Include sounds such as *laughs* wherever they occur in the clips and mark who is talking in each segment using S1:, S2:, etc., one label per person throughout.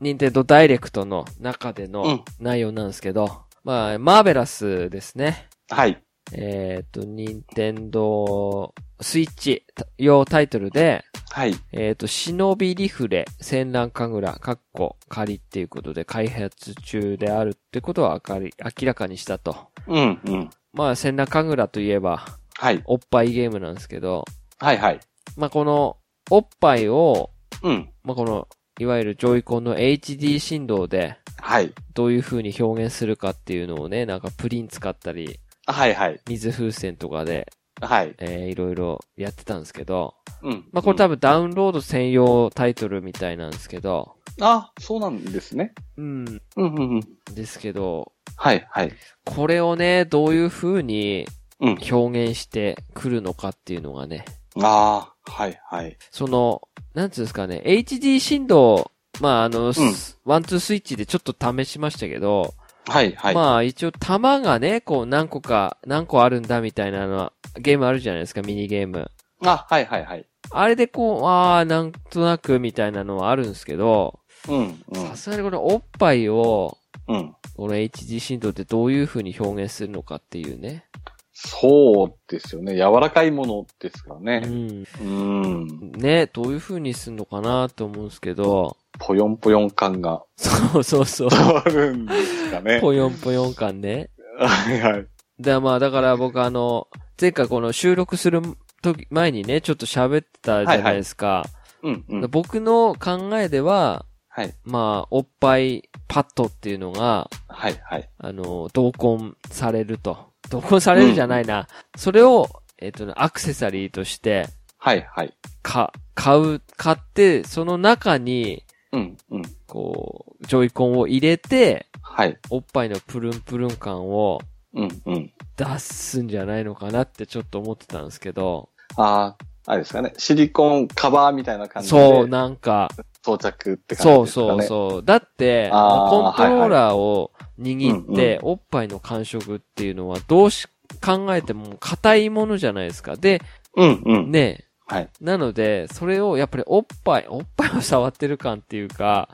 S1: 任天堂ダイレクトの中で
S2: う
S1: の
S2: ん
S1: 内容なんですけど、まあ、マーベラスですね。
S2: はい。
S1: えっ、と、任天堂スイッチ用タイトルで、
S2: はい。
S1: えっ、と、忍びリフレ、戦乱神楽、かっこ仮っていうことで開発中であるってことは明り明らかにしたと。
S2: うん、うん。
S1: まあ、戦乱神楽といえば、
S2: はい。
S1: おっぱいゲームなんですけど、
S2: はい、はい。
S1: まあ、この、おっぱいを、
S2: うん。
S1: まあ、この、いわゆるジョイコンの HD 振動で、
S2: はい。
S1: どういう風に表現するかっていうのをね、なんかプリン使ったり、
S2: はい、はい。
S1: 水風船とかで、
S2: はい。
S1: えーいろいろやってたんですけど、
S2: うん。
S1: まあ、これ
S2: うん
S1: 多分ダウンロード専用タイトルみたいなんですけど、
S2: あ、そうなんですね。
S1: うん、
S2: うん、うん、うん。
S1: ですけど、
S2: はい、はい。
S1: これをね、どういう風に
S2: うん。
S1: 表現してくるのかっていうのがね、
S2: ああ、はい、はい。
S1: その、なんつうんですかね、HD 振動、まあ、あの、
S2: ん
S1: すワンツースイッチでちょっと試しましたけど、
S2: はい、はい。
S1: まあ一応弾がね、こう何個か、何個あるんだみたいなのは、ゲームあるじゃないですか、ミニゲーム。
S2: あ、はい、はい、はい。
S1: あれでこう、ああ、なんとなくみたいなのはあるんですけど、
S2: うん、
S1: さすがにこのおっぱいを、
S2: うん。うん。
S1: この HD 振動ってどういう風に表現するのかっていうね。
S2: そうですよね。柔らかいものですから
S1: う
S2: ね。
S1: ん。
S2: うん。
S1: ね、どういう風にするのかなと思うんですけど、
S2: ぽよんぽよん感が *laughs*
S1: そうそうそう。
S2: 伝わるんですかね。
S1: ぽよんぽよん感ね。
S2: *laughs* はいはい。
S1: で、まあ、だから僕あの、前回この収録する時、前にね、ちょっと喋ってたじゃないですか。
S2: うんうん。
S1: 僕の考えでは、
S2: はい。
S1: まあ、おっぱいパッドっていうのが、
S2: はいはい。
S1: あの、同梱されると。同梱されるじゃないな。それを、えっ、とね、アクセサリーとして、
S2: はいはい。
S1: か、買う、買って、その中に、
S2: うんうん。
S1: こう、ジョイコンを入れて、
S2: はい。
S1: おっぱいのプルンプルン感を
S2: うんうん。
S1: 出すんじゃないのかなってちょっと思ってたんですけど、
S2: ああ、あれですかね。シリコンカバーみたいな感じ
S1: そう、
S2: で
S1: なんか、
S2: 装着って
S1: そ
S2: 感
S1: う
S2: じですか
S1: そう
S2: ね。う
S1: そう。だって、
S2: あー
S1: コントローラーを握って、
S2: はいはい
S1: おっぱいの感触っていうのは、どうし、考えても硬いものじゃないですか。で、
S2: そう。んうん。
S1: ね、
S2: はい。
S1: なので、それをやっぱりおっぱい、おっぱいを触ってる感っていうか、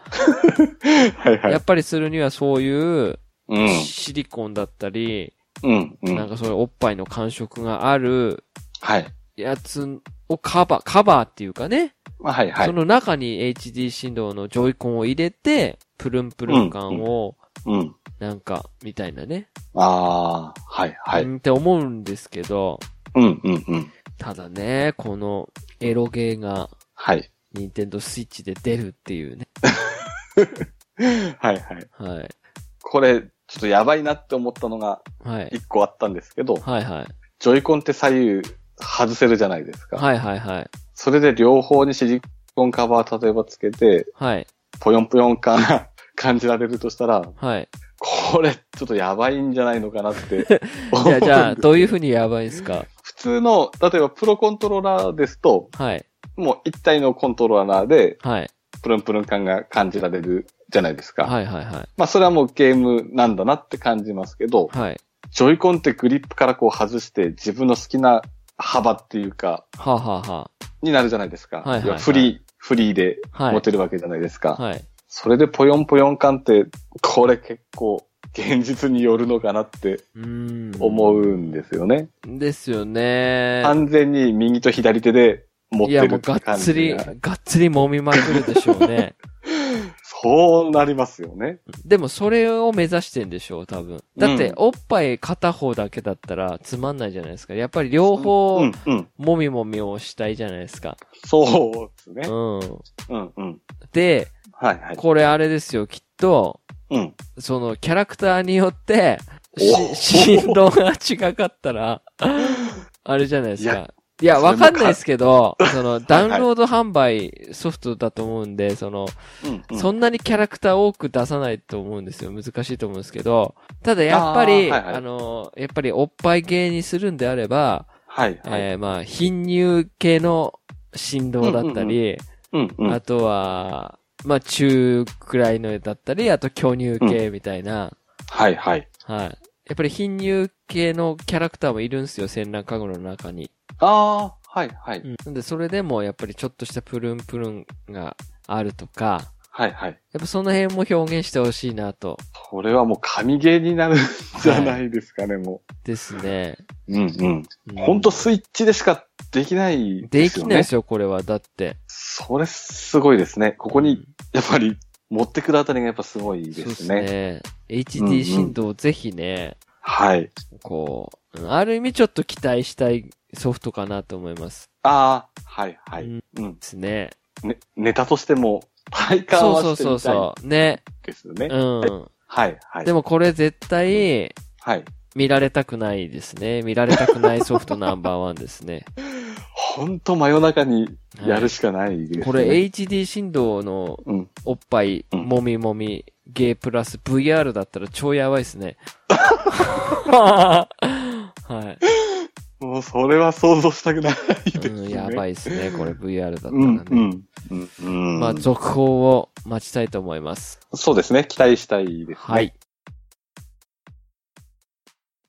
S2: はいは
S1: や
S2: い。
S1: っぱりするにはそういう
S2: うん
S1: シリコンだったり、
S2: うんう
S1: なん
S2: ん。
S1: かそういうおっぱいの感触がある
S2: はい。
S1: やつをカバー、カバーっていうかね、
S2: まあはいは
S1: そ
S2: い。
S1: の中に HD 振動のジョイコンを入れて、プルンプルン感を、
S2: うん。
S1: なんか、みたいなね。
S2: ああ、はいは
S1: う
S2: い。
S1: んって思うんですけど、
S2: うんうんうん。
S1: ただね、このエロゲーが、
S2: はい。
S1: ニンテンドースイッチで出るっていうね。
S2: はいはい。
S1: はい。
S2: これ、ちょっとやばいなって思ったのが
S1: はい。
S2: 一個あったんですけど、
S1: はいはい。
S2: ジョイコンって左右外せるじゃないですか。
S1: はいはいはい。
S2: それで両方にシリコンカバー例えばつけて、
S1: はい。
S2: ぽよんぽよん感が感じられるとしたら、
S1: はい。
S2: これちょっとやばいんじゃないのかなって
S1: *laughs*
S2: 思う
S1: じゃあ、
S2: んで
S1: じゃ
S2: *laughs*
S1: あ、どういう風にやばいですか
S2: 普通の、例えばプロコントローラーですと、
S1: はい。
S2: もう一体のコントローラーで
S1: はい。
S2: プルンプルン感が感じられるじゃないですか。
S1: はいはいはい。
S2: まあそれはもうゲームなんだなって感じますけど、
S1: はい。
S2: ジョイコンってグリップからこう外して自分の好きな幅っていうか、
S1: はあ、はあは
S2: になるじゃないですか。
S1: はいはいはい
S2: 要フリー、フリーで
S1: あ、は
S2: 持
S1: い
S2: て。るわけじゃないですか。
S1: はい。
S2: それでぽよんぽよん感って、これ結構現実によるのかなって
S1: うーん。
S2: 思うんですよね。
S1: ですよね。
S2: 完全に右と左手で持っ
S1: い
S2: て
S1: や、
S2: る
S1: も
S2: っ
S1: う
S2: て
S1: が
S2: 感じ
S1: っつり、
S2: が
S1: がっつり揉みまくるでしょうね。
S2: そうなりますよね。
S1: でもそれを目指してんでしょう、多分。だって
S2: うん、
S1: おっぱい片方だけだったらつまんないじゃないですか。やっぱり両方
S2: う、ん、うん。
S1: もみもみをしたいじゃないですか。
S2: そうですね。
S1: うん。
S2: うん、うん。
S1: で、
S2: はい、はい。
S1: これあれですよ、きっと、
S2: うん。
S1: そのキャラクターによって、
S2: お
S1: し *laughs* 振動が違かったら、あれじゃないです
S2: い
S1: か
S2: や。
S1: いや、
S2: それも
S1: わかんないですけど、その、ダウンロード販売ソフトだと思うんで、その、
S2: うん、うん。
S1: そんなにキャラクター多く出さないと思うんですよ。難しいと思うんですけど。ただやっぱり、
S2: あ
S1: あ,、
S2: ーはいはい
S1: の、やっぱりおっぱい系にするんであれば、
S2: はい、はい。
S1: えーまあ、貧乳系の振動だったり、
S2: うん、うん。
S1: あとは、まあ、中くらいのだったり、あと巨乳系みたいな、
S2: はい、はい。
S1: はい。やっぱり貧乳系のキャラクターもいるんですよ、戦乱カゴの中に。
S2: ああ、はい、はい。
S1: なんで、それでもやっぱりちょっとしたプルンプルンがあるとか、
S2: はいはい。
S1: やっぱその辺も表現してほしいなと。
S2: これはもう神ゲーになるんじゃないですかね、も
S1: ですね。
S2: う。うんうん。
S1: うん
S2: ほんとスイッチでしかできない
S1: で
S2: です
S1: き
S2: よ
S1: ない
S2: ね。
S1: ですよ、これは。だって。
S2: それすごいですね。ここに、やっぱり、持ってくるあたりがやっぱすごい
S1: そう
S2: で
S1: ですす
S2: ね。
S1: ね。
S2: うんう
S1: HD
S2: ん
S1: 振動をぜひね、
S2: はい。
S1: こう、ある意味ちょっと期待したいソフトかなと思います。
S2: ああ、はいはい。
S1: うん
S2: うん。
S1: ですね。
S2: ね、ネタとしても、体感
S1: そう
S2: は
S1: そう
S2: して
S1: そう
S2: みたい
S1: そう。ね。
S2: ですよね。
S1: うん。
S2: はいはい。
S1: でもこれ絶対、
S2: はい。
S1: 見られたくないですね。見られたくないソフトナンバーワンです
S2: *laughs*
S1: ね。
S2: ほんと真夜中にやるしかないです、ね
S1: これ HD 振動の
S2: うん。
S1: おっぱい、
S2: うん
S1: もみもみ、ゲープラス VR だったら超やばいです
S2: *laughs*
S1: ね。は
S2: もうそれは想像したくない
S1: い、
S2: ですね。
S1: うん。やばいですね、これ VR だったら
S2: うん
S1: ね。
S2: うん。うん、うん。
S1: まあ、続報を待ちたいと思います。
S2: そうですね。期待したいですね。
S1: はい。